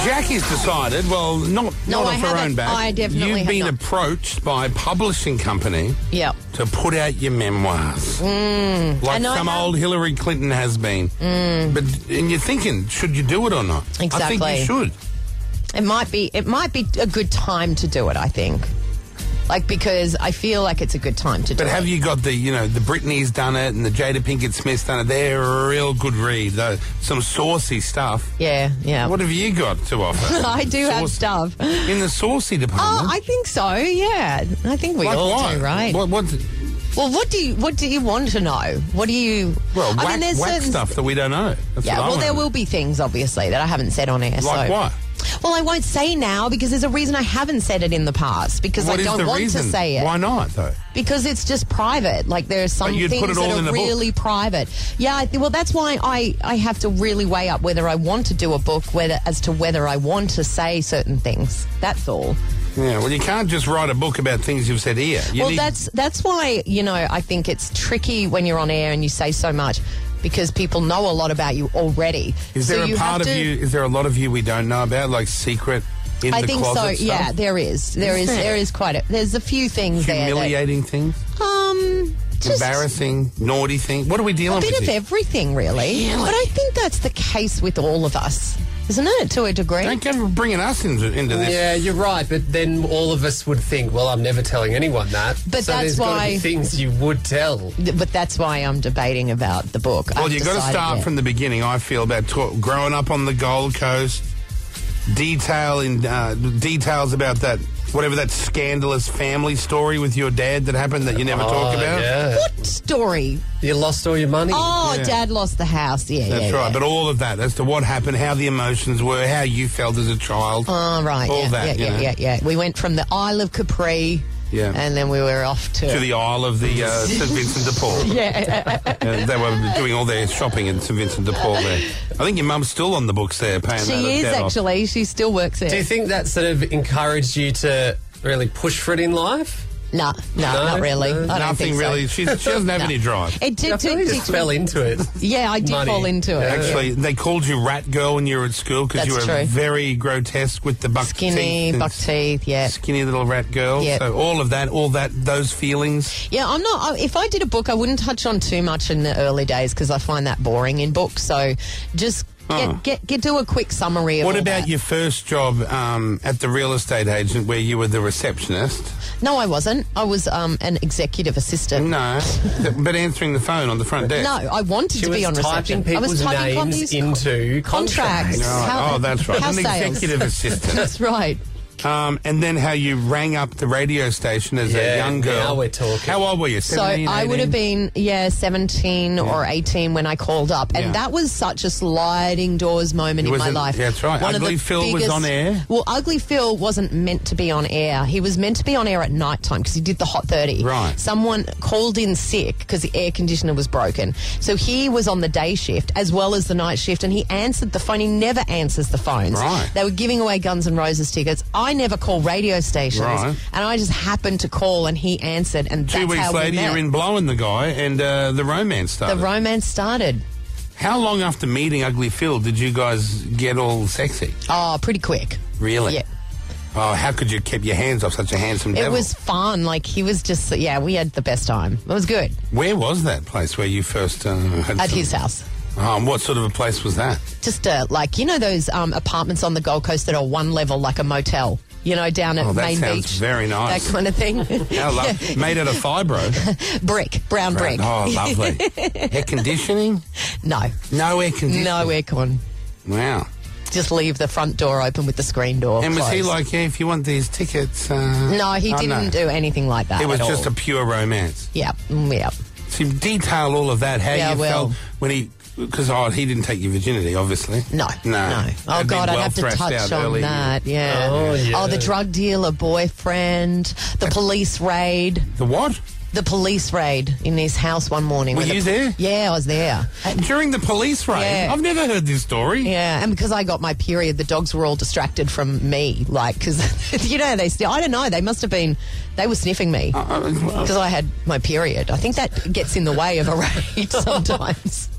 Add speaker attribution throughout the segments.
Speaker 1: Jackie's decided, well, not,
Speaker 2: No,
Speaker 1: not
Speaker 2: I
Speaker 1: off her own
Speaker 2: haven't.
Speaker 1: back.
Speaker 2: I definitely
Speaker 1: You've
Speaker 2: have
Speaker 1: been
Speaker 2: not.
Speaker 1: approached by a publishing company
Speaker 2: Yeah.
Speaker 1: to put out your memoirs. Like
Speaker 2: Hmm. And I
Speaker 1: some
Speaker 2: have-
Speaker 1: old Hillary Clinton has been. But and you're thinking, should you do it or not? I think
Speaker 2: Exactly.
Speaker 1: you should.
Speaker 2: It might be it might be a good time to do it, I think. Like because I feel like it's a good time to do
Speaker 1: But
Speaker 2: it.
Speaker 1: have you got the, you know, the Britney's done it and the Jada Pinkett Smith's done it? They're a real good read. though. some saucy stuff.
Speaker 2: yeah, yeah.
Speaker 1: What have you got to offer?
Speaker 2: I do have
Speaker 1: Saucy-
Speaker 2: stuff.
Speaker 1: In the saucy
Speaker 2: Oh,
Speaker 1: department?
Speaker 2: I think so. Yeah, I think we
Speaker 1: like
Speaker 2: all
Speaker 1: what?
Speaker 2: do, right?
Speaker 1: What, what,
Speaker 2: Well, what do you what do you want to know? What do you?
Speaker 1: well,
Speaker 2: I
Speaker 1: whack,
Speaker 2: mean, there's
Speaker 1: whack
Speaker 2: certain
Speaker 1: stuff that we don't know. That's
Speaker 2: Yeah,
Speaker 1: what I
Speaker 2: well,
Speaker 1: wanna
Speaker 2: there
Speaker 1: know.
Speaker 2: will be things obviously that I haven't said on air.
Speaker 1: Like
Speaker 2: so.
Speaker 1: what?
Speaker 2: Well, I won't say now because there's a reason I haven't said it in the past because
Speaker 1: What
Speaker 2: I
Speaker 1: is
Speaker 2: don't
Speaker 1: the
Speaker 2: want
Speaker 1: reason?
Speaker 2: to say it
Speaker 1: Why not, though?
Speaker 2: because it's just private. Like there are some
Speaker 1: But you'd put
Speaker 2: things
Speaker 1: it all
Speaker 2: that
Speaker 1: in a
Speaker 2: are
Speaker 1: book.
Speaker 2: really private. Yeah, I th- well, that's why I I have to really weigh up whether I want to do a book, whether as to whether I want to say certain things. That's all.
Speaker 1: Yeah, well, you can't just write a book about things you've said here. You
Speaker 2: well,
Speaker 1: need-
Speaker 2: that's that's why you know I think it's tricky when you're on air and you say so much because people know a lot about you already.
Speaker 1: Is
Speaker 2: So
Speaker 1: there
Speaker 2: you
Speaker 1: a
Speaker 2: have
Speaker 1: part of
Speaker 2: to-
Speaker 1: you? Is there a lot of you we don't know about, like secret in the
Speaker 2: I
Speaker 1: Um,
Speaker 2: think so.
Speaker 1: closet stuff?
Speaker 2: Yeah, there is. There
Speaker 1: Is
Speaker 2: is.
Speaker 1: there?
Speaker 2: There is quite a. There's a few things there.
Speaker 1: humiliating things,
Speaker 2: That, um, just
Speaker 1: embarrassing, naughty things. What are we dealing
Speaker 2: a bit
Speaker 1: with?
Speaker 2: of
Speaker 1: here?
Speaker 2: everything, really.
Speaker 1: Really?
Speaker 2: But I think that's the case with all of us, isn't it? To a degree.
Speaker 1: Don't keep bringing us into, into this.
Speaker 3: Yeah, you're right, but then all of us would think, well, I'm never telling anyone that.
Speaker 2: But
Speaker 3: so
Speaker 2: that's
Speaker 3: there's gotta
Speaker 2: why-
Speaker 3: be things you would tell.
Speaker 2: Th- But that's why I'm debating about the book.
Speaker 1: Well,
Speaker 2: I've
Speaker 1: you've got to
Speaker 2: decided
Speaker 1: start
Speaker 2: yet.
Speaker 1: from the beginning. I feel about t- growing up on the Gold Coast, detail in uh, details about that whatever that scandalous family story with your dad that happened that you never talk
Speaker 3: Oh,
Speaker 1: about.
Speaker 3: yeah.
Speaker 2: What story?
Speaker 3: You lost all your money.
Speaker 2: Oh,
Speaker 1: Yeah.
Speaker 2: Dad lost the house. Yeah,
Speaker 1: That's
Speaker 2: yeah,
Speaker 1: right.
Speaker 2: yeah.
Speaker 1: But all of that as to what happened, how the emotions were, how you felt as a child.
Speaker 2: Oh, right.
Speaker 1: All
Speaker 2: yeah,
Speaker 1: that,
Speaker 2: yeah,
Speaker 1: you
Speaker 2: yeah,
Speaker 1: know.
Speaker 2: yeah, yeah. We went from the Isle of Capri,
Speaker 1: Yeah.
Speaker 2: and then we were off to,
Speaker 1: to the Isle of the uh, St Vincent de Paul.
Speaker 2: yeah,
Speaker 1: Uh, they were doing all their shopping in St Vincent de Paul there. I think your mum's still on the books there, paying that
Speaker 2: she is
Speaker 1: debt off.
Speaker 2: actually. She still works there.
Speaker 3: Do you think that sort of encouraged you to really push for it in life?
Speaker 2: No, no,
Speaker 3: No?
Speaker 2: not really.
Speaker 3: No?
Speaker 2: I don't
Speaker 1: Nothing
Speaker 2: think so.
Speaker 1: really. She's, she doesn't have
Speaker 2: No.
Speaker 1: any drive.
Speaker 2: It did,
Speaker 3: I feel
Speaker 2: did-
Speaker 3: you just
Speaker 2: did-
Speaker 3: fell into it.
Speaker 2: yeah, I did
Speaker 3: money.
Speaker 2: fall into it.
Speaker 1: Actually, they called you Rat Girl when you were at school because you were
Speaker 2: That's true.
Speaker 1: very grotesque with the buck
Speaker 2: skinny,
Speaker 1: teeth. and
Speaker 2: buck teeth. Yeah,
Speaker 1: Skinny little rat girl.
Speaker 2: Yeah.
Speaker 1: So all of that, all that, those feelings.
Speaker 2: yeah. I'm not. I, if I did a book, I wouldn't touch on too much in the early days because I find that boring in books. So just
Speaker 3: Hmm.
Speaker 1: Huh.
Speaker 2: get, get get do a quick summary of
Speaker 1: What
Speaker 2: all
Speaker 1: about
Speaker 2: that.
Speaker 1: your first job um, at the real estate agent where you were the receptionist?
Speaker 2: No, I wasn't. I was um, an executive assistant.
Speaker 1: No, th- but answering the phone on the front desk.
Speaker 2: No, I wanted
Speaker 3: Mm. She
Speaker 2: to be
Speaker 3: was
Speaker 2: on reception.
Speaker 3: typing
Speaker 2: I was
Speaker 3: people's
Speaker 2: typing
Speaker 3: names
Speaker 2: copies
Speaker 3: into contracts.
Speaker 2: contracts.
Speaker 1: Right.
Speaker 2: How-
Speaker 1: oh, that's right.
Speaker 2: House
Speaker 1: An
Speaker 2: sales.
Speaker 1: executive assistant.
Speaker 2: That's right.
Speaker 1: Um, and then how you rang up the radio station as a
Speaker 3: Yeah,
Speaker 1: young girl.
Speaker 3: now we're talking.
Speaker 1: How old were you?
Speaker 2: So
Speaker 1: 17,
Speaker 2: I would have
Speaker 1: 18?
Speaker 2: been, yeah, 17 or 18 when I called up. And
Speaker 1: Yeah.
Speaker 2: that was such a sliding doors moment
Speaker 1: It
Speaker 2: in
Speaker 1: was
Speaker 2: my
Speaker 1: an-
Speaker 2: life.
Speaker 1: that's right.
Speaker 2: One of
Speaker 1: Ugly
Speaker 2: the
Speaker 1: Phil was
Speaker 2: biggest-
Speaker 1: on air?
Speaker 2: Well, Ugly Phil wasn't meant to be on air. He was meant to be on air at night time because he did the Hot 30.
Speaker 1: Right.
Speaker 2: Someone called in sick because the air conditioner was broken. So he was on the day shift as well as the night shift and he answered the phone. He never answers the phones.
Speaker 1: Right.
Speaker 2: They were giving away Guns N' Roses tickets. I never call radio stations.
Speaker 1: Right.
Speaker 2: And I just happened to call and he answered and
Speaker 1: Two
Speaker 2: that's
Speaker 1: weeks
Speaker 2: how we
Speaker 1: later,
Speaker 2: met.
Speaker 1: you're in blowing the guy, and uh, the romance
Speaker 2: The
Speaker 1: started.
Speaker 2: romance started.
Speaker 1: How long after meeting Ugly Phil did you guys get all sexy?
Speaker 2: Oh, pretty quick.
Speaker 1: Really?
Speaker 2: Yeah.
Speaker 1: Oh, how could you keep your hands off such a handsome
Speaker 2: It
Speaker 1: devil?
Speaker 2: was fun. Like, he was just, yeah, we had the best time. It was good
Speaker 1: Where was that place where you first uh, had
Speaker 2: at
Speaker 1: some-
Speaker 2: his house.
Speaker 1: Oh, and what sort of a place was that?
Speaker 2: Just uh, like, you know, those um, apartments on the Gold Coast that are one level, like a motel, you know, down at
Speaker 1: Oh, that
Speaker 2: Main
Speaker 1: sounds
Speaker 2: Beach.
Speaker 1: very nice.
Speaker 2: That kind of thing.
Speaker 1: How lo- made out of fibro.
Speaker 2: brick, brown brick.
Speaker 1: Oh, lovely. air conditioning?
Speaker 2: No,
Speaker 1: No air conditioning.
Speaker 2: no aircon.
Speaker 1: Wow.
Speaker 2: Just leave the front door open with the screen door.
Speaker 1: And was he
Speaker 2: closed.
Speaker 1: like, yeah, if you want these tickets? Uh,
Speaker 2: No, he
Speaker 1: oh,
Speaker 2: didn't do anything like that.
Speaker 1: It was
Speaker 2: at
Speaker 1: just a
Speaker 2: all.
Speaker 1: pure romance.
Speaker 2: Yeah, mm, yeah.
Speaker 1: So you detail all of that. How
Speaker 2: Yeah,
Speaker 1: you
Speaker 2: well-
Speaker 1: felt when he, because oh, he didn't take your virginity, obviously.
Speaker 2: No,
Speaker 1: no.
Speaker 2: Oh
Speaker 1: That'd be
Speaker 2: God, I'd
Speaker 1: well
Speaker 2: have to
Speaker 1: thrashed
Speaker 2: touch
Speaker 1: out
Speaker 2: on
Speaker 1: early.
Speaker 2: that. Yeah.
Speaker 3: Oh, yeah.
Speaker 2: the drug dealer boyfriend, the police raid,
Speaker 1: The what?
Speaker 2: the police raid in his house one morning.
Speaker 1: Were
Speaker 2: where the-
Speaker 1: you there?
Speaker 2: Yeah, I was there.
Speaker 1: During the police raid?
Speaker 2: Uh, Yeah.
Speaker 1: I've never heard this story.
Speaker 2: Yeah, and because I got my period, the dogs were all distracted from me. Like, because you know they still. I don't know. They must have been. They were sniffing
Speaker 1: Uh,
Speaker 2: me
Speaker 1: Oh.
Speaker 2: because I had my period. I think that gets in the way of a raid sometimes.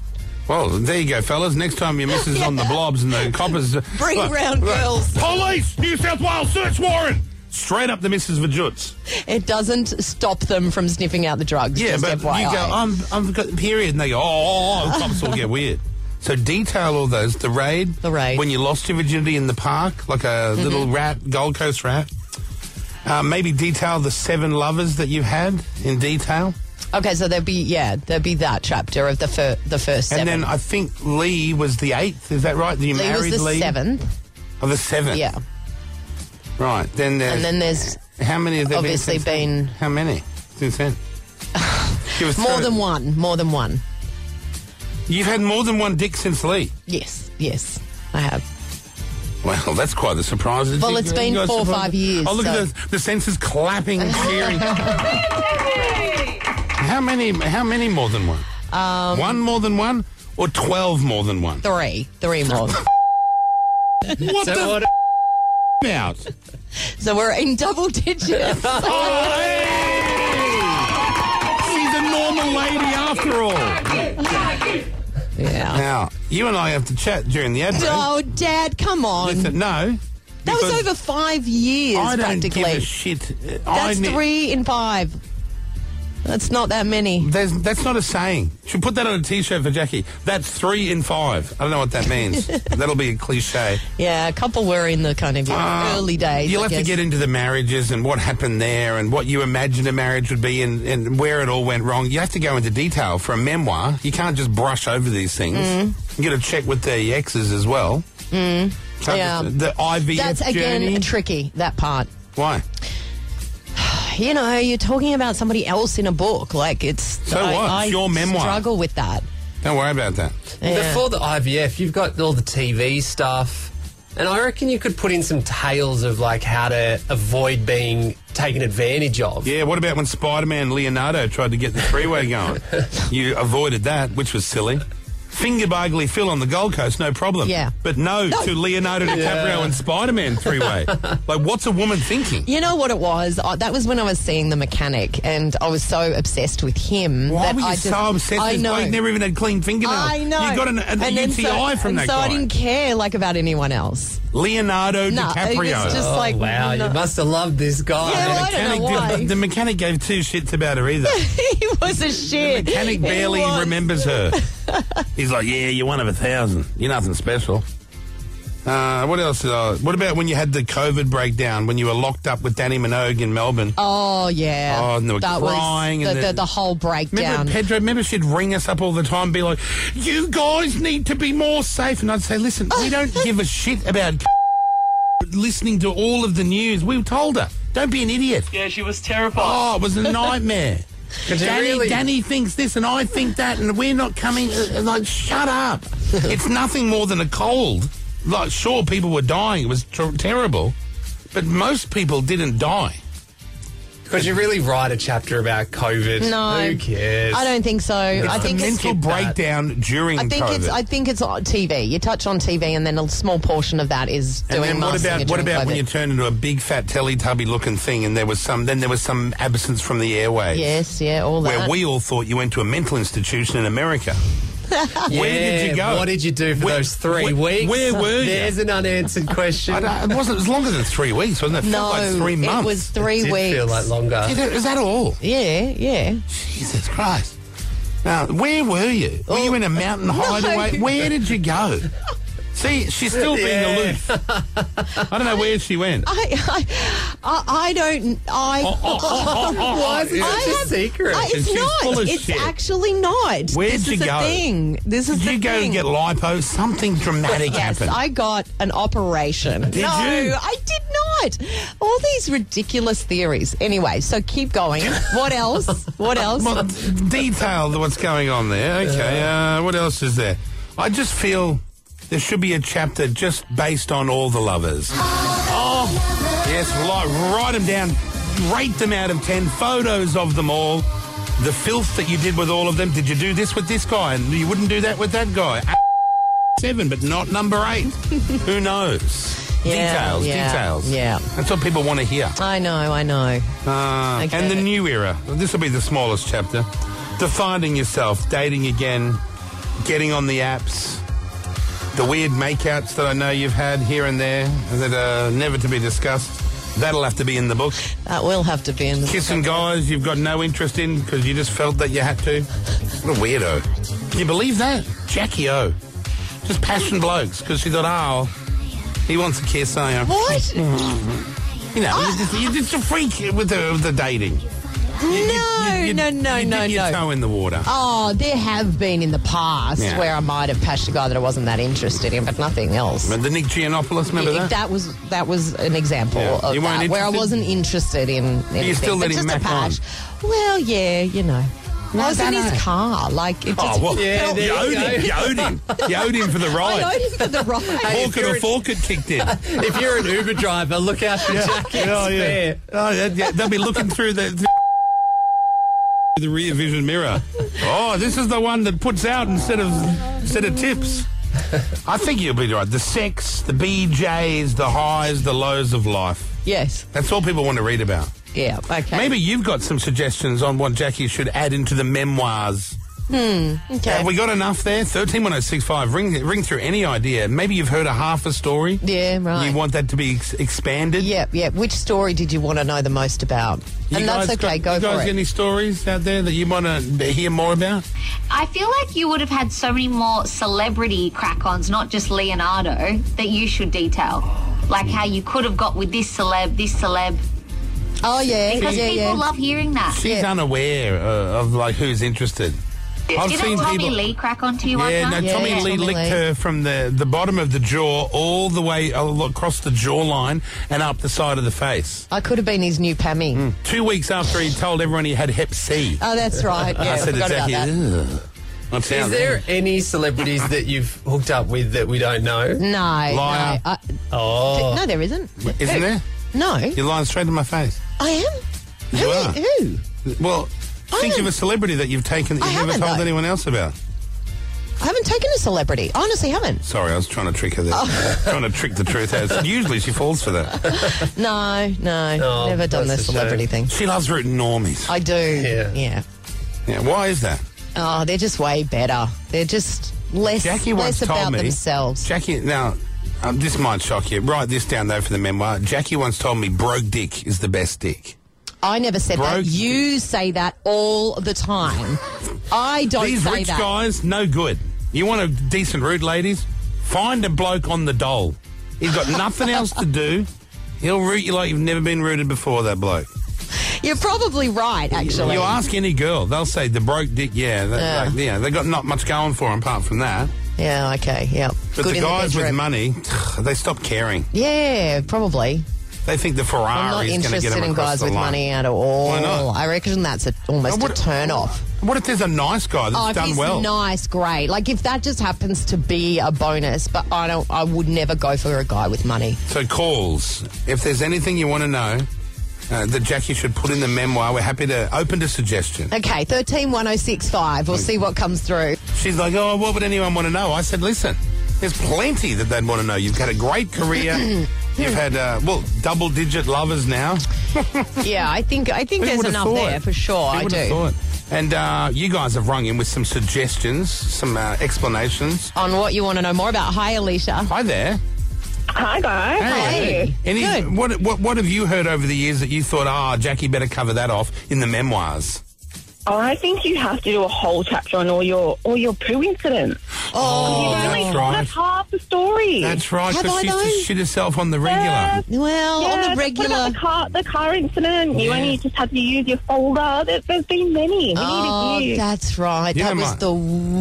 Speaker 1: Well, there you go, fellas. Next time your missus is on the blobs and the coppers. uh,
Speaker 2: Bring round girls.
Speaker 1: Police! New South Wales search warrant! Straight up the missus for Jutes.
Speaker 2: It doesn't stop them from sniffing out the drugs.
Speaker 1: Yeah,
Speaker 2: just
Speaker 1: but
Speaker 2: FYI.
Speaker 1: you go, I'm, I've got period, and they go, oh, oh, oh, cops will get weird. So detail all those. The raid.
Speaker 2: The raid. Mm-hmm.
Speaker 1: When you lost your virginity in the park, like a little rat, Gold Coast rat. Uh, maybe detail the seven lovers that you've had in detail.
Speaker 2: okay, so there'll be yeah, there'll be that chapter of the fir- the first
Speaker 1: And
Speaker 2: seven.
Speaker 1: then I think Lee was the eighth. Is that right? You
Speaker 2: Lee was
Speaker 1: married
Speaker 2: the
Speaker 1: Lee?
Speaker 2: seventh.
Speaker 1: Oh, the seventh.
Speaker 2: Yeah,
Speaker 1: Right. Then there's,
Speaker 2: and then there's
Speaker 1: how many have there
Speaker 2: obviously
Speaker 1: been? since then?
Speaker 2: been-
Speaker 1: how many since then? Give us
Speaker 2: more
Speaker 1: three.
Speaker 2: than one. More than one.
Speaker 1: You've had more than one dick since Lee.
Speaker 2: Yes, yes, I have.
Speaker 1: Well, that's quite a surprise. Did
Speaker 2: Well,
Speaker 1: you-
Speaker 2: it's
Speaker 1: you
Speaker 2: been
Speaker 1: guys
Speaker 2: four or
Speaker 1: surprised?
Speaker 2: five years,
Speaker 1: Oh, look
Speaker 2: so-
Speaker 1: at the, the census clapping, cheering. how many? How many more than one? Um, one more than one, or twelve more than one?
Speaker 2: Three, three more.
Speaker 1: What
Speaker 3: So
Speaker 1: the
Speaker 3: what-
Speaker 1: f- out?
Speaker 2: so we're in double digits.
Speaker 1: Oh, hey! She's a normal lady after all.
Speaker 2: yeah.
Speaker 1: Now, you and I have to chat during the ad break.
Speaker 2: Oh, Dad, come on.
Speaker 1: Listen, no.
Speaker 2: that was
Speaker 1: because
Speaker 2: over five years
Speaker 1: I don't
Speaker 2: practically.
Speaker 1: give a shit. I
Speaker 2: That's
Speaker 1: ne-
Speaker 2: three in five. That's not that many.
Speaker 1: There's, that's not a saying. Should put that on a T-shirt for Jackie. That's three in five. I don't know what that means. That'll be a cliche.
Speaker 2: Yeah, a couple were in the kind of
Speaker 1: Uh,
Speaker 2: early days.
Speaker 1: You'll
Speaker 2: I
Speaker 1: have to
Speaker 2: guess.
Speaker 1: get into the marriages and what happened there and what you imagined a marriage would be and, and where it all went wrong. You have to go into detail for a memoir. You can't just brush over these things.
Speaker 2: Mm.
Speaker 1: You got to check with the exes as well. Mm.
Speaker 2: Yeah.
Speaker 1: the IVF
Speaker 2: That's again
Speaker 1: journey.
Speaker 2: tricky. That part.
Speaker 1: Why?
Speaker 2: You know, you're talking about somebody else in a book. Like it's
Speaker 1: So
Speaker 2: I,
Speaker 1: what? It's
Speaker 2: I
Speaker 1: your memoir.
Speaker 2: Struggle with that.
Speaker 1: Don't worry about that.
Speaker 2: Yeah.
Speaker 3: Before the IVF, you've got all the TV stuff, and I reckon you could put in some tales of like how to avoid being taken advantage of.
Speaker 1: Yeah, what about when Spider-Man Leonardo tried to get the freeway going? you avoided that, which was silly. Finger bargly Phil on the Gold Coast, no problem.
Speaker 2: Yeah.
Speaker 1: But no, to Leonardo DiCaprio
Speaker 3: Yeah.
Speaker 1: and Spider-Man three-way. like, what's a woman thinking?
Speaker 2: You know what it was? I, that was when I was seeing the mechanic, and I was so obsessed with him.
Speaker 1: Why
Speaker 2: that
Speaker 1: were you
Speaker 2: I just,
Speaker 1: so obsessed
Speaker 2: I
Speaker 1: with
Speaker 2: know.
Speaker 1: Blake never even had clean fingernails?
Speaker 2: I know.
Speaker 1: You got an, an
Speaker 2: And then
Speaker 1: UTI
Speaker 2: so,
Speaker 1: from
Speaker 2: and
Speaker 1: that
Speaker 2: so
Speaker 1: guy.
Speaker 2: I didn't care like about anyone else.
Speaker 1: Leonardo
Speaker 2: No, it was
Speaker 1: DiCaprio.
Speaker 2: just
Speaker 3: Oh,
Speaker 2: like
Speaker 3: wow,
Speaker 2: no.
Speaker 3: you must have loved this guy.
Speaker 2: Yeah,
Speaker 1: the,
Speaker 2: well, I don't
Speaker 1: mechanic
Speaker 2: know why.
Speaker 1: the mechanic gave two shits about her either.
Speaker 2: he was a shit.
Speaker 1: Mechanic
Speaker 2: He
Speaker 1: barely
Speaker 2: was.
Speaker 1: remembers her. He's like, yeah, you're one of a thousand. You're nothing special. Uh, what else? Uh, what about when you had the COVID breakdown when you were locked up with Danny Minogue in Melbourne?
Speaker 2: Oh yeah,
Speaker 1: Oh, and they were
Speaker 2: that
Speaker 1: crying
Speaker 2: was
Speaker 1: and
Speaker 2: the,
Speaker 1: the-
Speaker 2: the, the whole
Speaker 1: remember
Speaker 2: breakdown.
Speaker 1: Pedro? Remember she'd ring us up all the time, be like, "You guys need to be more safe," and I'd say, "Listen, we don't give a shit about listening to all of the news. We told her, don't be an idiot."
Speaker 4: Yeah, she was terrified.
Speaker 1: Oh, it was a nightmare.
Speaker 3: Could you
Speaker 1: Danny,
Speaker 3: really-
Speaker 1: Danny thinks this and I think that, and we're not coming. uh, Like, shut up. it's nothing more than a cold. Like, sure, people were dying. It was ter- terrible. But most people didn't die.
Speaker 3: Could you really write a chapter about COVID?
Speaker 2: No.
Speaker 3: Who cares?
Speaker 2: I don't think so. I
Speaker 1: It's
Speaker 2: think
Speaker 1: the
Speaker 2: it's
Speaker 1: mental
Speaker 3: Skip that.
Speaker 1: breakdown during
Speaker 2: I think
Speaker 1: COVID.
Speaker 2: it's. I think it's on TV. You touch on TV, and then a small portion of that is
Speaker 1: and
Speaker 2: doing.
Speaker 1: then what
Speaker 2: masking
Speaker 1: about
Speaker 2: and
Speaker 1: what
Speaker 2: doing
Speaker 1: about when
Speaker 2: COVID.
Speaker 1: you turn into a big fat Teletubby looking thing, and there was some then there was some absence from the airways.
Speaker 2: Yes, yeah, all
Speaker 1: Where
Speaker 2: that.
Speaker 1: we all thought you went to a mental institution in America. Where did you
Speaker 3: Yeah,
Speaker 1: go?
Speaker 3: What did you do for
Speaker 1: Where-
Speaker 3: those three
Speaker 1: where-
Speaker 3: weeks?
Speaker 1: where were you?
Speaker 3: There's an unanswered question.
Speaker 1: I don't- it wasn't. It was longer than three weeks, wasn't it?
Speaker 2: no,
Speaker 1: Felt like three months.
Speaker 2: it was three
Speaker 3: Did
Speaker 2: weeks.
Speaker 3: feel like longer.
Speaker 1: Is that- is that all?
Speaker 2: yeah, yeah.
Speaker 1: Jesus Christ! Now, where were you? Were you in a mountain
Speaker 2: Oh,
Speaker 1: hideaway? Where did you go? See, she's still being
Speaker 3: Yeah.
Speaker 1: aloof. I don't know where she went.
Speaker 2: I, I, I, I don't. I.
Speaker 1: Oh, oh, oh, oh,
Speaker 3: Why is it
Speaker 1: oh,
Speaker 2: I
Speaker 3: such a
Speaker 2: have-
Speaker 3: secret?
Speaker 2: I-
Speaker 1: And
Speaker 2: it's
Speaker 1: she's full
Speaker 2: not.
Speaker 1: of
Speaker 2: It's
Speaker 1: shit.
Speaker 2: actually not.
Speaker 1: Where'd
Speaker 2: this
Speaker 1: you
Speaker 2: is the
Speaker 1: go?
Speaker 2: thing. This is
Speaker 1: Did
Speaker 2: the
Speaker 1: you go
Speaker 2: thing.
Speaker 1: and get lipo? Something dramatic
Speaker 2: Yes,
Speaker 1: happened.
Speaker 2: I got an operation.
Speaker 1: Did
Speaker 2: no,
Speaker 1: you?
Speaker 2: I did not. All these ridiculous theories. Anyway, so keep going. What else? What else?
Speaker 1: Well, detail what's going on there. Okay, uh, what else is there? I just feel there should be a chapter just based on all the lovers. Oh, yes, like, write them down, rate them out of 10, photos of them all, the filth that you did with all of them. Did you do this with this guy? And you wouldn't do that with that guy. Seven, but not number eight. Who knows?
Speaker 2: Yeah,
Speaker 1: details,
Speaker 2: yeah,
Speaker 1: details.
Speaker 2: yeah.
Speaker 1: That's what people want to hear.
Speaker 2: I know, I know.
Speaker 1: Uh,
Speaker 2: Okay.
Speaker 1: And the new era. This will be the smallest chapter. Defining yourself, dating again, getting on the apps, the weird makeouts that I know you've had here and there that are never to be discussed. That'll have to be in the book.
Speaker 2: That will Uh, have to be in the
Speaker 1: Kissing guys you've got no interest in because you just felt that you had to. What a weirdo. Can you believe that? Jackie O. Just passion blokes because she thought, oh, he wants a kiss, I am.
Speaker 2: What? No.
Speaker 1: You know, you're just, you're just a freak with the, with the dating. You- you-
Speaker 2: no, no,
Speaker 1: you
Speaker 2: no,
Speaker 1: dip your
Speaker 2: no.
Speaker 1: toe in the water.
Speaker 2: Oh, there have been in the past
Speaker 1: Yeah.
Speaker 2: where I might have patched a guy that I wasn't that interested in, but nothing else.
Speaker 1: Remember the Nick Giannopoulos? Remember
Speaker 2: If
Speaker 1: that?
Speaker 2: that was that was an example
Speaker 1: Yeah.
Speaker 2: of
Speaker 1: You weren't
Speaker 2: that, where I
Speaker 1: interested?
Speaker 2: wasn't interested in. Anything,
Speaker 1: still
Speaker 2: but
Speaker 1: let him
Speaker 2: just a
Speaker 1: mac on?
Speaker 2: patch. Well, yeah, you know. I was
Speaker 1: no,
Speaker 2: in
Speaker 1: no.
Speaker 2: his car, like it just.
Speaker 1: Oh, well,
Speaker 3: Yeah,
Speaker 1: you,
Speaker 3: there you
Speaker 1: owed
Speaker 3: go.
Speaker 1: him. you owed him. You owed him for the ride.
Speaker 2: I owed him for the ride.
Speaker 1: Hawker the fork had kicked in.
Speaker 3: if you're an Uber driver, look out for jackets.
Speaker 1: Oh,
Speaker 3: there.
Speaker 1: Oh, yeah, yeah, They'll be looking through the through the rear vision mirror. Oh, this is the one that puts out instead of instead of tips. I think you'll be right. The sex, the BJs, the highs, the lows of life.
Speaker 2: yes.
Speaker 1: That's all people want to read about.
Speaker 2: Yeah. Okay.
Speaker 1: Maybe you've got some suggestions on what Jackie should add into the memoirs.
Speaker 2: Okay.
Speaker 1: Have we got enough there? Thirteen one zero six five. Ring ring through any idea. Maybe you've heard a half a story.
Speaker 2: Yeah, right.
Speaker 1: You want that to be ex- expanded.
Speaker 2: yeah. Yeah. Which story did you want to know the most about?
Speaker 1: You
Speaker 2: and that's
Speaker 1: guys
Speaker 2: okay.
Speaker 1: Got,
Speaker 2: go
Speaker 1: you guys
Speaker 2: for
Speaker 1: got
Speaker 2: it.
Speaker 1: any stories out there that you want to hear more about?
Speaker 4: I feel like you would have had so many more celebrity crack ons, not just Leonardo, that you should detail. Like how you could have got with this celeb, this celeb.
Speaker 2: oh yeah.
Speaker 4: Because
Speaker 2: yeah.
Speaker 4: people
Speaker 2: Yeah.
Speaker 4: love hearing that.
Speaker 1: She's
Speaker 2: Yeah.
Speaker 1: unaware uh, of like who's interested. I've
Speaker 4: Didn't
Speaker 1: seen
Speaker 4: Tommy
Speaker 1: people.
Speaker 4: Lee crack onto you
Speaker 1: yeah,
Speaker 4: one
Speaker 1: no,
Speaker 4: time?
Speaker 2: Yeah,
Speaker 1: Tommy
Speaker 2: yeah.
Speaker 1: Lee
Speaker 2: Tommy
Speaker 1: licked
Speaker 2: Lee.
Speaker 1: her from the, the bottom of the jaw all the way al- across the jawline and up the side of the face.
Speaker 2: I could have been his new Pammy.
Speaker 1: Two weeks after he told everyone he had Hep C, I
Speaker 2: Oh, that's right. Yeah, I
Speaker 1: said
Speaker 2: forgot about
Speaker 1: exactly.
Speaker 2: that.
Speaker 1: What's
Speaker 3: Is
Speaker 1: out
Speaker 3: there any celebrities that you've hooked up with that we don't know?
Speaker 2: No,
Speaker 1: Liar.
Speaker 2: no, I,
Speaker 3: Oh,
Speaker 2: no, there isn't.
Speaker 1: Isn't
Speaker 2: Who?
Speaker 1: there?
Speaker 2: No,
Speaker 1: You're lying straight in my face.
Speaker 2: I am.
Speaker 1: You
Speaker 2: who?
Speaker 1: are.
Speaker 2: Who?
Speaker 1: Well,
Speaker 2: I
Speaker 1: think of
Speaker 2: don't-
Speaker 1: a celebrity that you've taken that
Speaker 2: Oh. I
Speaker 1: you've never
Speaker 2: haven't,
Speaker 1: told
Speaker 2: though.
Speaker 1: anyone else about.
Speaker 2: I haven't taken a celebrity. Honestly, haven't.
Speaker 1: Sorry, I was trying to trick her there.
Speaker 2: Oh.
Speaker 1: trying to trick the truth out. Usually she falls for that.
Speaker 2: No, no,
Speaker 3: Oh,
Speaker 2: never done the
Speaker 3: that's a
Speaker 2: celebrity thing.
Speaker 1: She loves rooting normies.
Speaker 2: I do.
Speaker 3: Yeah.
Speaker 1: Yeah, why is that?
Speaker 2: Oh, they're just way better. They're just less
Speaker 1: Jackie once
Speaker 2: less
Speaker 1: told
Speaker 2: about
Speaker 1: me.
Speaker 2: themselves.
Speaker 1: Jackie, now, um, this might shock you. Write this down, though, for the memoir. Jackie once told me broke dick is the best dick.
Speaker 2: I never said
Speaker 1: Broke.
Speaker 2: that. You say that all the time. I don't
Speaker 1: These
Speaker 2: say
Speaker 1: rich
Speaker 2: that.
Speaker 1: guys, no good. You want a decent root, ladies? Find a bloke on the dole. He's got nothing else to do. He'll root you like you've never been rooted before, that bloke.
Speaker 2: You're probably right, actually.
Speaker 1: You ask any girl, they'll say the broke dick, yeah. that-
Speaker 2: Yeah.
Speaker 1: like, yeah, they got not much going for 'em apart from that.
Speaker 2: Yeah. Okay. Yeah.
Speaker 1: But
Speaker 2: Good
Speaker 1: the
Speaker 2: in
Speaker 1: guys
Speaker 2: the
Speaker 1: with
Speaker 2: bedroom.
Speaker 1: money, they stop caring.
Speaker 2: Yeah, probably.
Speaker 1: They think the
Speaker 2: I'm not
Speaker 1: Ferrari is going to get
Speaker 2: interested
Speaker 1: them
Speaker 2: in
Speaker 1: across
Speaker 2: guys
Speaker 1: the
Speaker 2: with
Speaker 1: line.
Speaker 2: money at all.
Speaker 1: Why not?
Speaker 2: I reckon that's a, almost
Speaker 1: What-
Speaker 2: a turn off.
Speaker 1: What if there's a nice guy that's
Speaker 2: Oh, if
Speaker 1: done
Speaker 2: he's
Speaker 1: well?
Speaker 2: nice, great. Like if that just happens to be a bonus, but I don't. I would never go for a guy with money.
Speaker 1: So calls. If there's anything you want to know uh, that Jackie should put in the memoir, we're happy to open to suggestion.
Speaker 2: Okay, thirteen one zero six five. We'll see what comes through.
Speaker 1: She's like, oh, what would anyone want to know? I said, listen, there's plenty that they'd want to know. You've had a great career. You've had, uh, well, double digit lovers now.
Speaker 2: Yeah, I think I think
Speaker 1: Who
Speaker 2: there's
Speaker 1: would've
Speaker 2: enough
Speaker 1: thought?
Speaker 2: there for sure.
Speaker 1: Who
Speaker 2: I
Speaker 1: would've
Speaker 2: do.
Speaker 1: thought? And uh, you guys have rung in with some suggestions, some uh, explanations.
Speaker 2: On what you want to know more about. Hi, Alicia.
Speaker 1: Hi there.
Speaker 5: Hi guys.
Speaker 2: Hey.
Speaker 1: Any,
Speaker 2: Good.
Speaker 1: What, what, what have you heard over the years that you thought, ah, Jackie better cover that off in the memoirs?
Speaker 5: Oh, I think you have to do a whole chapter on all your all your poo incidents.
Speaker 1: Oh,
Speaker 5: Really?
Speaker 1: that's right.
Speaker 5: That's half the story.
Speaker 1: That's right,
Speaker 2: Have
Speaker 1: because
Speaker 2: I
Speaker 1: she used to
Speaker 2: known?
Speaker 1: shit herself on the regular.
Speaker 5: Yes.
Speaker 2: Well,
Speaker 5: Yeah,
Speaker 2: on the
Speaker 5: but What
Speaker 2: regular.
Speaker 5: about the car, the car incident? You
Speaker 1: Yeah.
Speaker 5: only just had to use your folder. There, there's been many. We
Speaker 2: Oh,
Speaker 5: need a few.
Speaker 2: that's right.
Speaker 1: You
Speaker 2: that
Speaker 1: know
Speaker 2: was
Speaker 1: my-
Speaker 2: the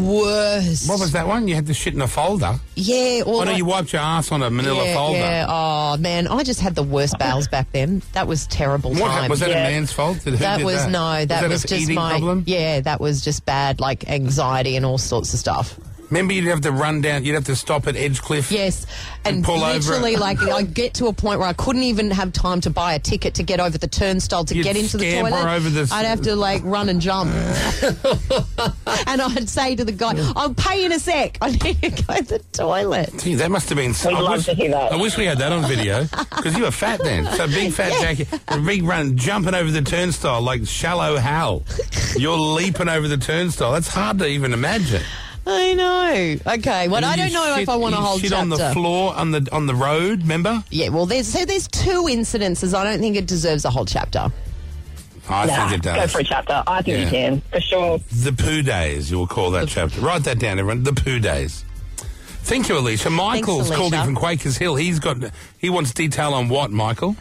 Speaker 2: worst.
Speaker 1: What was that one? You had to shit in a folder.
Speaker 2: Yeah. All
Speaker 1: Oh, no,
Speaker 2: that-
Speaker 1: you wiped your ass on a manila
Speaker 2: yeah,
Speaker 1: folder.
Speaker 2: yeah. Oh man, I just had the worst bowels back then. That was terrible
Speaker 1: What
Speaker 2: time.
Speaker 1: happened? Was that
Speaker 5: Yeah.
Speaker 1: a man's fault? Did, who
Speaker 2: that
Speaker 1: did
Speaker 2: was no, that was,
Speaker 1: an
Speaker 2: just
Speaker 1: eating
Speaker 2: my
Speaker 1: problem.
Speaker 2: yeah, that was just bad, like anxiety and all sorts of stuff.
Speaker 1: Remember, you'd have to run down. You'd have to stop at Edgecliff.
Speaker 2: Yes, and,
Speaker 1: And pull over
Speaker 2: literally,
Speaker 1: it.
Speaker 2: like I get to a point where I couldn't even have time to buy a ticket to get over the turnstile to
Speaker 1: You'd
Speaker 2: get into the
Speaker 1: scamper
Speaker 2: toilet.
Speaker 1: over the-
Speaker 2: I'd have to like run and jump, and I'd say to the guy, "I'll pay in a sec. I need to go to the toilet."
Speaker 1: Gee, that must have been.
Speaker 5: We'd
Speaker 1: I
Speaker 5: love
Speaker 1: wish,
Speaker 5: to hear that.
Speaker 1: I wish we had that on video because you were fat then. So big fat Jackie, a big run jumping over the turnstile like shallow Hal. You're leaping over the turnstile. That's hard to even imagine.
Speaker 2: I know. Okay. Well, I
Speaker 1: You
Speaker 2: don't know
Speaker 1: shit-
Speaker 2: if I want a
Speaker 1: you
Speaker 2: whole
Speaker 1: shit
Speaker 2: chapter.
Speaker 1: on the floor on the on the road. Remember?
Speaker 2: Yeah. Well, there's so there's two incidences. I don't think it deserves a whole chapter.
Speaker 1: I
Speaker 5: Nah,
Speaker 1: think it
Speaker 5: Go
Speaker 1: does.
Speaker 5: for a chapter. I think
Speaker 1: Yeah.
Speaker 5: you can, for sure.
Speaker 1: The poo days. You will call that chapter. Write that down, everyone. The poo days. Thank you, Alicia. Michael's called in
Speaker 2: Alicia.
Speaker 1: from Quakers Hill. He's got he wants detail on what, Michael?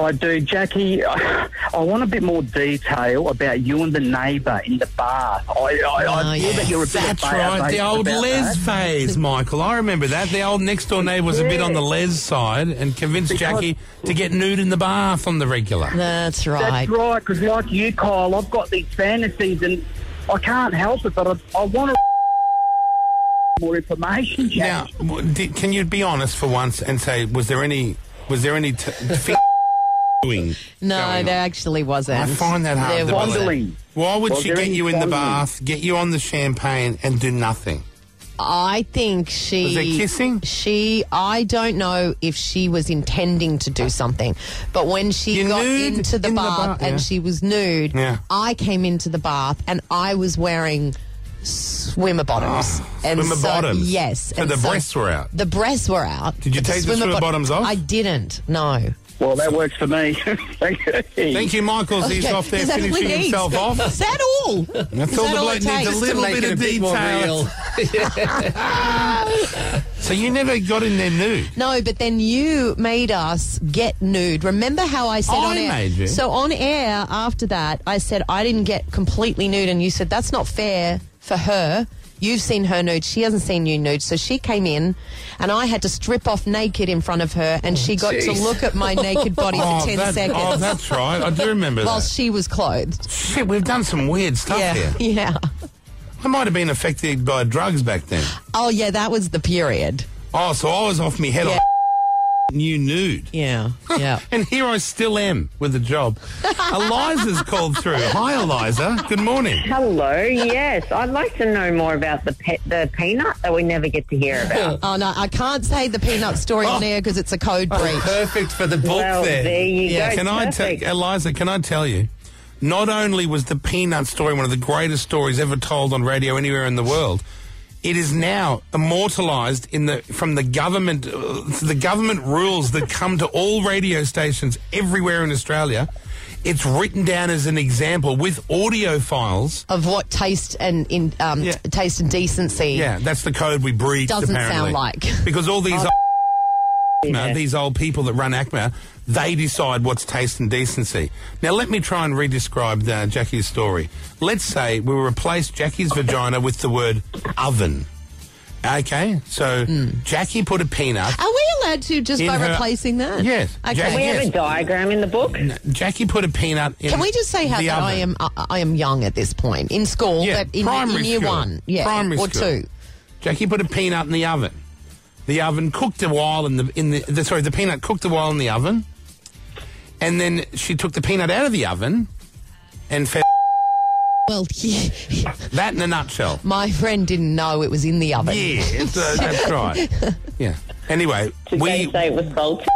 Speaker 6: I do, Jackie. I, want a bit more detail about you and the neighbour in the bath. I, I,
Speaker 2: Oh,
Speaker 6: I feel
Speaker 2: yeah.
Speaker 6: that you're a bit
Speaker 1: That's
Speaker 6: of a bayer,
Speaker 1: right, the
Speaker 6: mate,
Speaker 1: old
Speaker 6: about
Speaker 1: Les
Speaker 6: that.
Speaker 1: phase, Michael. I remember that. The old next door neighbour was a bit on the Les side and convinced Jackie to get nude in the bath on the regular.
Speaker 2: That's right.
Speaker 6: That's right, because like you, Kyle, I've got these fantasies and I can't help it, but I, I want to more information,
Speaker 1: Now,
Speaker 6: Jackie.
Speaker 1: w- di- can you be honest for once and say, was there any, was there any t- f- doing?
Speaker 2: No,
Speaker 1: going
Speaker 2: there
Speaker 1: on?
Speaker 2: actually wasn't.
Speaker 1: I find that hard.
Speaker 2: There
Speaker 1: to believe.
Speaker 2: wasn't.
Speaker 6: Fondling.
Speaker 1: Why would
Speaker 6: Was
Speaker 1: she
Speaker 6: there
Speaker 1: get
Speaker 6: any
Speaker 1: you in the
Speaker 6: fondling?
Speaker 1: bath, get you on the champagne, and do nothing?
Speaker 2: I think she
Speaker 1: Was there kissing?
Speaker 2: She, I don't know if she was intending to do something, but when she
Speaker 1: You're
Speaker 2: got
Speaker 1: nude
Speaker 2: into the
Speaker 1: in the
Speaker 2: bath
Speaker 1: ba- yeah.
Speaker 2: and she was nude,
Speaker 1: Yeah.
Speaker 2: I came into the bath and I was wearing swimmer bottoms. and
Speaker 1: Ah, swimmer
Speaker 2: so-
Speaker 1: bottoms?
Speaker 2: yes.
Speaker 1: So
Speaker 2: and
Speaker 1: the breasts were out?
Speaker 2: The breasts were out.
Speaker 1: Did you
Speaker 2: but
Speaker 1: take the swimmer
Speaker 2: bot-
Speaker 1: bottoms off?
Speaker 2: I didn't. No.
Speaker 6: Well, that works for me. Thank you.
Speaker 1: Thank you, Michael. He's
Speaker 2: Okay,
Speaker 1: off there
Speaker 2: is that all he
Speaker 1: finishing
Speaker 2: needs?
Speaker 1: himself off.
Speaker 2: Is that all?
Speaker 1: That's
Speaker 2: Is
Speaker 1: all
Speaker 2: that
Speaker 1: the
Speaker 2: all
Speaker 1: bloke
Speaker 2: it
Speaker 1: needs. A
Speaker 2: takes?
Speaker 1: little
Speaker 3: Make
Speaker 1: bit
Speaker 3: it
Speaker 1: of
Speaker 3: a bit more
Speaker 1: detail.
Speaker 3: real.
Speaker 1: So you never got in there nude.
Speaker 2: No, but then you made us get nude. Remember how I said
Speaker 1: I
Speaker 2: on air?
Speaker 1: made you.
Speaker 2: So on air after that, I said I didn't get completely nude, and you said that's not fair for her. You've seen her nude. She hasn't seen you nude. So she came in, and I had to strip off naked in front of her, and she got to
Speaker 3: jeez.
Speaker 2: look at my naked body for 10
Speaker 1: that-
Speaker 2: seconds
Speaker 1: oh, that's right. I do remember
Speaker 2: while
Speaker 1: that.
Speaker 2: she was clothed.
Speaker 1: Shit, we've done some weird stuff here.
Speaker 2: Yeah. Yeah.
Speaker 1: I might have been affected by drugs back then.
Speaker 2: Oh, yeah, that was the period.
Speaker 1: Oh, so I was off my head
Speaker 2: Yeah.
Speaker 1: on new nude.
Speaker 2: Yeah. Yeah.
Speaker 1: And here I still am with a job. Eliza's called through. Hi, Eliza. Good morning.
Speaker 7: Hello, yes. I'd like to know more about the pe- the peanut that we never get to hear about.
Speaker 2: Oh, no, I can't say the peanut story on air because it's a code breach.
Speaker 3: Perfect for the book
Speaker 7: well,
Speaker 3: there.
Speaker 7: there, you
Speaker 2: Yeah.
Speaker 7: go.
Speaker 1: Can I tell
Speaker 7: Perfect.
Speaker 1: Eliza? Can I tell you? Not only was the peanut story one of the greatest stories ever told on radio anywhere in the world, it is now immortalized in the from the government uh, the government rules that come to all radio stations everywhere in Australia. It's written down as an example with audio files.
Speaker 2: of what taste and in um,
Speaker 1: Yeah.
Speaker 2: t- taste and decency.
Speaker 1: Yeah, that's the code we breached.
Speaker 2: Doesn't sound
Speaker 1: apparently.
Speaker 2: like. Oh.
Speaker 1: because all these. ACMA,
Speaker 7: yeah.
Speaker 1: these old people that run ACMA, they decide what's taste and decency. Now, let me try and re-describe uh, Jackie's story. Let's say we replace Jackie's vagina with the word oven. Okay, so
Speaker 2: Hmm.
Speaker 1: Jackie put a peanut.
Speaker 2: Are we allowed to just
Speaker 1: In
Speaker 2: by
Speaker 1: her-
Speaker 2: replacing that?
Speaker 1: Yes.
Speaker 2: Okay.
Speaker 1: Jack-
Speaker 7: we
Speaker 1: yes.
Speaker 7: have a diagram in the book.
Speaker 1: Jackie put a peanut. in
Speaker 2: Can we just say how
Speaker 1: the
Speaker 2: that I
Speaker 1: oven.
Speaker 2: am I I am young at this point in school?
Speaker 1: Yeah,
Speaker 2: but in,
Speaker 1: primary
Speaker 2: in year
Speaker 1: school.
Speaker 2: one, yeah,
Speaker 1: primary
Speaker 2: or
Speaker 1: school.
Speaker 2: two.
Speaker 1: Jackie put a peanut in the oven. The oven cooked a while in the in the, the sorry the peanut cooked a while in the oven, and then she took the peanut out of the oven, and fed
Speaker 2: Well, yeah,
Speaker 1: that in a nutshell.
Speaker 2: my friend didn't know it was in the oven.
Speaker 1: Yeah, it's, uh, that's right. Yeah. Anyway,
Speaker 7: Did
Speaker 1: we
Speaker 7: they say it was salty?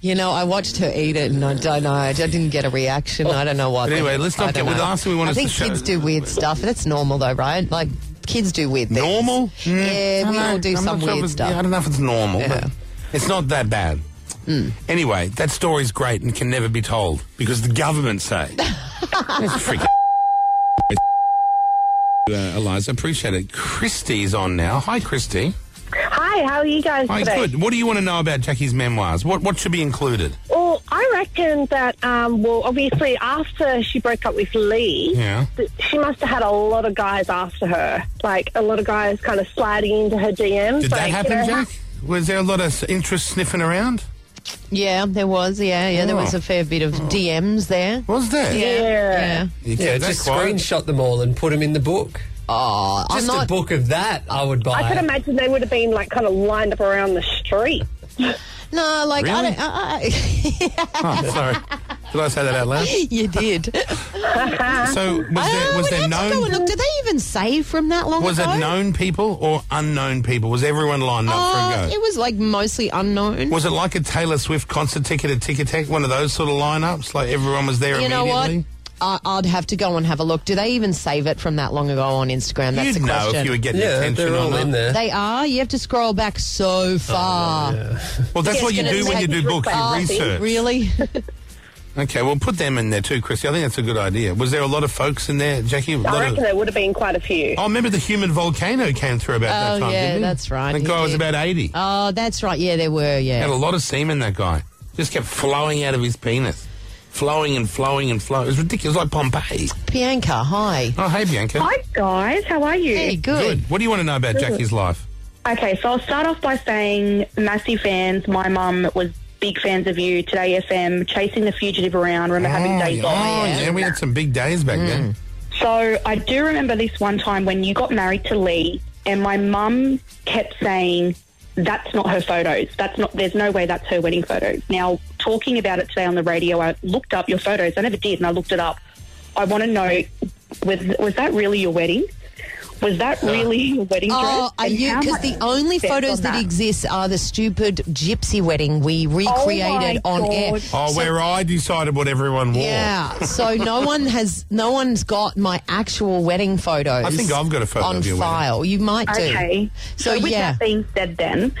Speaker 2: You know, I watched her eat it, and I don't know. I didn't get a reaction. I don't know what.
Speaker 1: But anyway, let's not
Speaker 2: I don't
Speaker 1: get- well,
Speaker 2: know.
Speaker 1: the last thing we want
Speaker 2: I
Speaker 1: is
Speaker 2: think
Speaker 1: to show-
Speaker 2: kids do weird stuff. That's normal, though, right? Like kids do weird things.
Speaker 1: normal. Mm.
Speaker 2: Yeah,
Speaker 1: I
Speaker 2: we
Speaker 1: don't know.
Speaker 2: all do
Speaker 1: I'm
Speaker 2: some
Speaker 1: not sure if
Speaker 2: weird
Speaker 1: it's-
Speaker 2: stuff.
Speaker 1: yeah, I don't know if it's normal,
Speaker 2: Yeah. Mm.
Speaker 1: but it's not that bad. Anyway, that story's great and can never be told because the government say. That's freaking. Uh, Eliza, appreciate it. Christy's on now. Hi, Christy.
Speaker 5: Hi, how are you guys
Speaker 1: Hi,
Speaker 5: today?
Speaker 1: good. What do you want to know about Jackie's memoirs? What what should be included?
Speaker 5: Well, I reckon that, um, well, obviously, after she broke up with Lee,
Speaker 1: Yeah.
Speaker 5: th- she must have had a lot of guys after her. Like, a lot of guys kind of sliding into her DMs.
Speaker 1: Did
Speaker 5: like,
Speaker 1: that
Speaker 5: you
Speaker 1: happen,
Speaker 5: know,
Speaker 1: Jack? Was there a lot of s- interest sniffing around?
Speaker 2: Yeah, there was. Yeah, yeah, there
Speaker 1: Oh.
Speaker 2: was a fair bit of DMs there.
Speaker 1: Was there?
Speaker 2: Yeah.
Speaker 1: You
Speaker 3: Yeah,
Speaker 1: kept that
Speaker 3: just
Speaker 1: quiet?
Speaker 3: screenshot them all and put them in the book.
Speaker 2: Oh, I'm
Speaker 3: Just
Speaker 2: not.
Speaker 3: a book of that, I would buy.
Speaker 5: I could imagine they would have been, like, kind of lined up around the street.
Speaker 2: No, like I
Speaker 1: Really?
Speaker 2: don't. I, I,
Speaker 1: Oh, sorry. Did I say that out loud?
Speaker 2: you did.
Speaker 1: So
Speaker 2: Oh,
Speaker 1: was there
Speaker 2: I
Speaker 1: was
Speaker 2: would
Speaker 1: there
Speaker 2: have to go
Speaker 1: known
Speaker 2: and look. Did they even say from that long
Speaker 1: was it
Speaker 2: ago?
Speaker 1: known people or unknown people? Was everyone lined up
Speaker 2: Uh,
Speaker 1: for a
Speaker 2: it
Speaker 1: go?
Speaker 2: was like mostly unknown.
Speaker 1: Was it like a Taylor Swift concert ticket at Ticketek? One of those sort of lineups, like everyone was there
Speaker 2: you know
Speaker 1: immediately.
Speaker 2: what? I, I'd have to go and have a look. Do they even save it from that long ago on Instagram? That's
Speaker 1: You'd
Speaker 2: the
Speaker 1: know
Speaker 2: question.
Speaker 1: if you were getting
Speaker 3: Yeah,
Speaker 1: attention
Speaker 3: they're
Speaker 1: or
Speaker 3: all
Speaker 1: not.
Speaker 3: in there.
Speaker 2: They are. You have to scroll back so far.
Speaker 1: Oh, Well, that's
Speaker 2: It's
Speaker 1: what you
Speaker 2: gonna
Speaker 1: do when
Speaker 2: take
Speaker 1: you do
Speaker 2: me
Speaker 1: books.
Speaker 2: Oh,
Speaker 1: You research.
Speaker 2: Really?
Speaker 1: Okay, well, put them in there too, Chrissy. I think that's a good idea. Was there a lot of folks in there, Jackie? A lot
Speaker 5: I
Speaker 1: of-
Speaker 5: reckon there would have been quite a few.
Speaker 1: Oh, remember the human volcano came through about
Speaker 2: Oh,
Speaker 1: that time,
Speaker 2: yeah,
Speaker 1: didn't it?
Speaker 2: that's right,
Speaker 1: That
Speaker 2: he
Speaker 1: guy was
Speaker 2: did.
Speaker 1: about 80.
Speaker 2: oh, that's right. Yeah, there were.
Speaker 1: He
Speaker 2: Yeah.
Speaker 1: had a lot of semen, that guy. Just kept flowing out of his penis. Flowing and flowing and flowing. It was ridiculous, like Pompeii.
Speaker 2: Bianca, hi.
Speaker 1: Oh, hey, Bianca.
Speaker 5: Hi, guys. How are you?
Speaker 2: Hey, good.
Speaker 1: What do you want to know about Jackie's life?
Speaker 5: Okay, so I'll start off by saying massive fans. My mum was big fans of you. Today FM, chasing the fugitive around. Remember having
Speaker 1: oh,
Speaker 5: days
Speaker 1: yeah.
Speaker 5: off. Mm.
Speaker 1: Oh, yeah, we had some big days back then.
Speaker 5: So I do remember this one time when you got married to Lee, and my mum kept saying, "That's not her photos. That's not. There's no way that's her wedding photos." Now talking about it today on the radio, I looked up your photos. I never did, and I looked it up. I want to know was was that really your wedding? Was that really your wedding dress?
Speaker 2: Oh, are
Speaker 5: And
Speaker 2: you?
Speaker 5: how
Speaker 2: Because
Speaker 5: much
Speaker 2: the only
Speaker 5: spent on Oh
Speaker 2: photos that, exist are the stupid gypsy wedding we recreated on air.
Speaker 5: God.
Speaker 1: Oh, where I decided what everyone wore.
Speaker 2: Yeah, so no one has, no one's got my actual wedding photos.
Speaker 1: I think I've got a photo
Speaker 2: on
Speaker 1: of your wedding.
Speaker 2: file. You might do.
Speaker 5: Okay.
Speaker 2: So,
Speaker 5: with
Speaker 2: yeah.
Speaker 5: that being said, then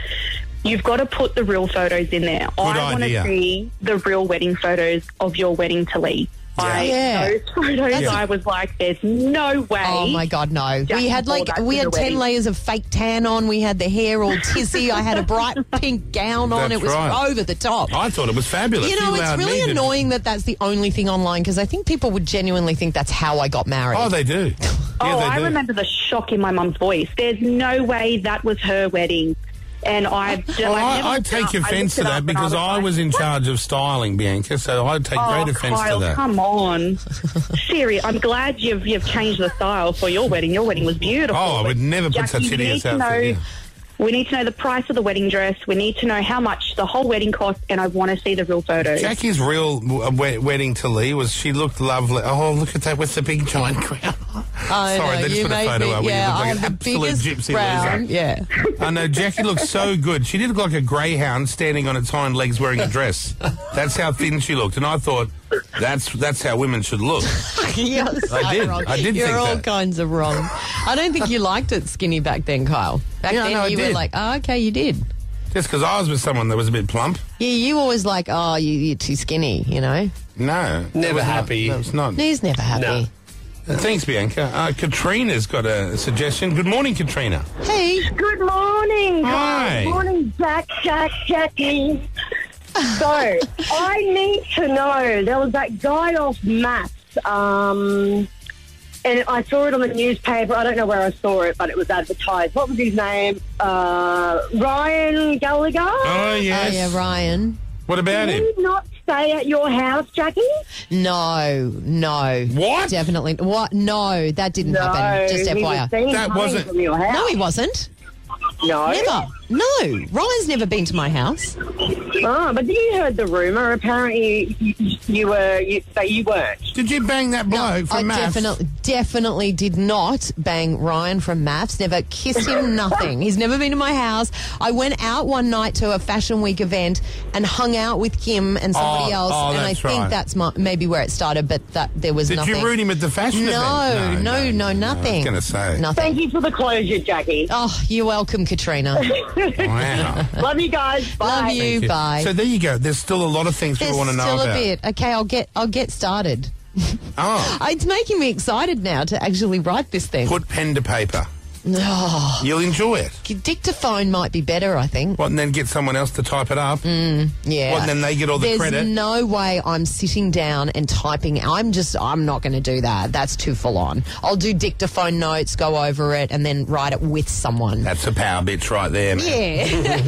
Speaker 5: you've got to put the real photos in there. I want
Speaker 1: idea.
Speaker 5: to see the real wedding photos of your wedding to Lee. I,
Speaker 2: Yeah.
Speaker 5: Those photos,
Speaker 2: That's a-
Speaker 5: I was like, "There's no way."
Speaker 2: Oh my god, no!
Speaker 5: Just
Speaker 2: we had
Speaker 5: before
Speaker 2: like
Speaker 5: that
Speaker 2: we
Speaker 5: to
Speaker 2: had
Speaker 5: the
Speaker 2: ten
Speaker 5: wedding.
Speaker 2: layers of fake tan on. We had the hair all tizzy. I had a bright pink gown on.
Speaker 1: That's
Speaker 2: it was
Speaker 1: right.
Speaker 2: over the top.
Speaker 1: I thought it was fabulous.
Speaker 2: you know, it's
Speaker 1: allowed me
Speaker 2: really
Speaker 1: to-
Speaker 2: annoying that that's the only thing online because I think people would genuinely think that's how I got married.
Speaker 1: Oh, they do. Yeah,
Speaker 5: Oh,
Speaker 1: they
Speaker 5: I
Speaker 1: do.
Speaker 5: remember the shock in my mum's voice. There's no way that was her wedding. And I, just,
Speaker 1: Well,
Speaker 5: I,
Speaker 1: Oh, I,
Speaker 5: never
Speaker 1: I
Speaker 5: looked it
Speaker 1: take
Speaker 5: up. I
Speaker 1: offence
Speaker 5: looked
Speaker 1: to
Speaker 5: it up
Speaker 1: that
Speaker 5: and
Speaker 1: because I was
Speaker 5: like,
Speaker 1: in charge of styling, Bianca, so I take
Speaker 5: Oh,
Speaker 1: great offence to
Speaker 5: Kyle,
Speaker 1: that.
Speaker 5: Come on, Siri. I'm glad you've you've changed the style for your wedding. Your wedding was beautiful.
Speaker 1: Oh, I would never put
Speaker 5: Jackie,
Speaker 1: such
Speaker 5: you
Speaker 1: hideous
Speaker 5: need to
Speaker 1: outfit,
Speaker 5: know- We need to know the price of the wedding dress. We need to know how much the whole wedding cost, and I want to see the real photos.
Speaker 1: Jackie's real w- uh, we- wedding to Lee was she looked lovely. Oh, look at that with the big giant crown.
Speaker 2: I
Speaker 1: Sorry,
Speaker 2: know,
Speaker 1: they just
Speaker 2: you
Speaker 1: put a
Speaker 2: made
Speaker 1: photo
Speaker 2: me,
Speaker 1: up where you
Speaker 2: yeah,
Speaker 1: look like
Speaker 2: I
Speaker 1: an
Speaker 2: have the
Speaker 1: absolute
Speaker 2: biggest
Speaker 1: gypsy
Speaker 2: frown.
Speaker 1: loser.
Speaker 2: Yeah,
Speaker 1: I know Jackie looked so good. She did look like a greyhound standing on its hind legs wearing a dress. That's how thin she looked, and I thought that's that's how women should look.
Speaker 2: You're so
Speaker 1: did.
Speaker 2: wrong.
Speaker 1: I did
Speaker 2: You're
Speaker 1: think
Speaker 2: all
Speaker 1: that.
Speaker 2: kinds of wrong. I don't think you liked it skinny back then, Kyle. Back
Speaker 1: Yeah, I
Speaker 2: then
Speaker 1: know I
Speaker 2: you were
Speaker 1: did.
Speaker 2: like, oh, okay, you did.
Speaker 1: Just because I was with someone that was a bit plump.
Speaker 2: Yeah, you always like, oh, you, you're too skinny. You know,
Speaker 1: No, that
Speaker 3: Never
Speaker 1: was not-
Speaker 3: happy.
Speaker 1: that was not.
Speaker 2: he's never happy.
Speaker 3: No.
Speaker 1: Thanks, Bianca. Uh, Katrina's got a suggestion. Good morning, Katrina.
Speaker 2: Hey, oh,
Speaker 8: Good morning.
Speaker 1: Hi.
Speaker 8: Good morning, Jack, Jack, Jackie. So, I need to know. There was that guy off maths, um, and I saw it on the newspaper. I don't know where I saw it, but it was advertised. What was his name? Uh, Ryan Gallagher.
Speaker 1: Oh yes.
Speaker 2: oh yeah, Ryan.
Speaker 1: What about
Speaker 8: Did
Speaker 1: him?
Speaker 8: he not stay at your house, Jackie?
Speaker 2: No, no.
Speaker 1: What?
Speaker 2: Definitely. What? No, that didn't happen. Just
Speaker 8: he was
Speaker 2: FYI.
Speaker 8: seen
Speaker 1: That
Speaker 8: coming
Speaker 1: wasn't-
Speaker 8: from your house.
Speaker 2: No, he wasn't.
Speaker 8: No.
Speaker 2: Never. No, Ryan's never been to my house.
Speaker 8: Oh, but you heard the rumor. Apparently, you, you were you, that you weren't.
Speaker 1: Did you bang that bloke
Speaker 2: I
Speaker 1: from maths?
Speaker 2: definitely, definitely did not bang Ryan from Maths. Never kissed him. nothing. He's never been to my house. I went out one night to a fashion week event and hung out with him and somebody
Speaker 1: Oh,
Speaker 2: else.
Speaker 1: oh,
Speaker 2: and I
Speaker 1: that's
Speaker 2: think
Speaker 1: right.
Speaker 2: that's my, maybe where it started. But that there was
Speaker 1: Did
Speaker 2: nothing.
Speaker 1: you root him at the fashion
Speaker 2: no,
Speaker 1: event?
Speaker 2: no, no, nothing.
Speaker 1: I was going to say.
Speaker 2: nothing.
Speaker 8: Thank you for the closure, Jackie.
Speaker 2: Oh, you're welcome, Katrina.
Speaker 1: Wow.
Speaker 8: Love you guys. Bye.
Speaker 2: Love you. Bye.
Speaker 1: So there you go. There's still a lot of things
Speaker 2: There's
Speaker 1: we want to know
Speaker 2: still
Speaker 1: about.
Speaker 2: a bit. Okay, I'll get I'll get started.
Speaker 1: Oh,
Speaker 2: It's making me excited now to actually write this thing.
Speaker 1: put pen to paper.
Speaker 2: Oh,
Speaker 1: You'll enjoy it.
Speaker 2: dictaphone might be better, I think.
Speaker 1: What, and then get someone else to type it up.
Speaker 2: Yeah.
Speaker 1: What, and then they get all the
Speaker 2: Mm. There's
Speaker 1: credit?
Speaker 2: no way I'm sitting down and typing. I'm just I'm not going to do that. That's too full on. I'll do dictaphone notes, go over it, and then write it with someone.
Speaker 1: That's a power bitch right there, man.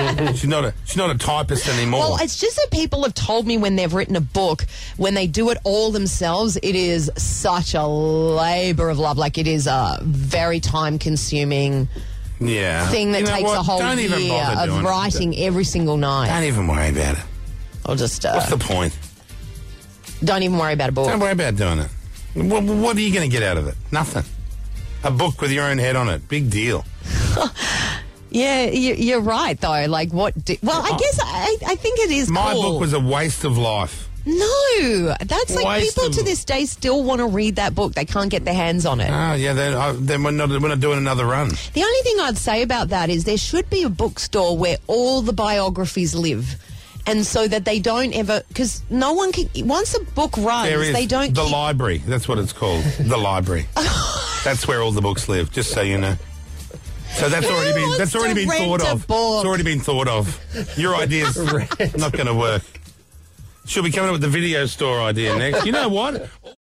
Speaker 2: yeah.
Speaker 1: She's not a she's not a typist anymore.
Speaker 2: Well, it's just that people have told me when they've written a book, when they do it all themselves, it is such a labor of love. Like it is a very time consuming
Speaker 1: yeah.
Speaker 2: thing that
Speaker 1: You know
Speaker 2: takes
Speaker 1: what?
Speaker 2: a whole
Speaker 1: Don't
Speaker 2: year
Speaker 1: even bother doing
Speaker 2: of
Speaker 1: it.
Speaker 2: writing every single night.
Speaker 1: Don't even worry about it.
Speaker 2: I'll just uh,
Speaker 1: What's the point?
Speaker 2: don't even worry about a book.
Speaker 1: Don't worry about doing it. What, what are you going to get out of it? Nothing. A book with your own head on it. Big deal.
Speaker 2: Yeah, you, you're right though. Like what? Do, well, I guess I, I think it is.
Speaker 1: Oh. My
Speaker 2: cool.
Speaker 1: book was a waste of life.
Speaker 2: No, that's like
Speaker 1: Waste
Speaker 2: people
Speaker 1: of-
Speaker 2: to this day still want to read that book. They can't get their hands on it.
Speaker 1: Ah, yeah, then, I then we're, not, we're not doing another run.
Speaker 2: The only thing I'd say about that is there should be a bookstore where all the biographies live. And so that they don't ever, because no one can. Once a book runs,
Speaker 1: There is
Speaker 2: they don't.
Speaker 1: the
Speaker 2: keep-
Speaker 1: library. That's what it's called. the library. That's where all the books live. Just so you know. So that's
Speaker 2: Who
Speaker 1: already been
Speaker 2: wants
Speaker 1: that's already
Speaker 2: to
Speaker 1: been
Speaker 2: rent
Speaker 1: thought
Speaker 2: a
Speaker 1: of.
Speaker 2: book?
Speaker 1: It's already been thought of. Your idea's not going to work. She'll be coming up with the video store idea next. You know what?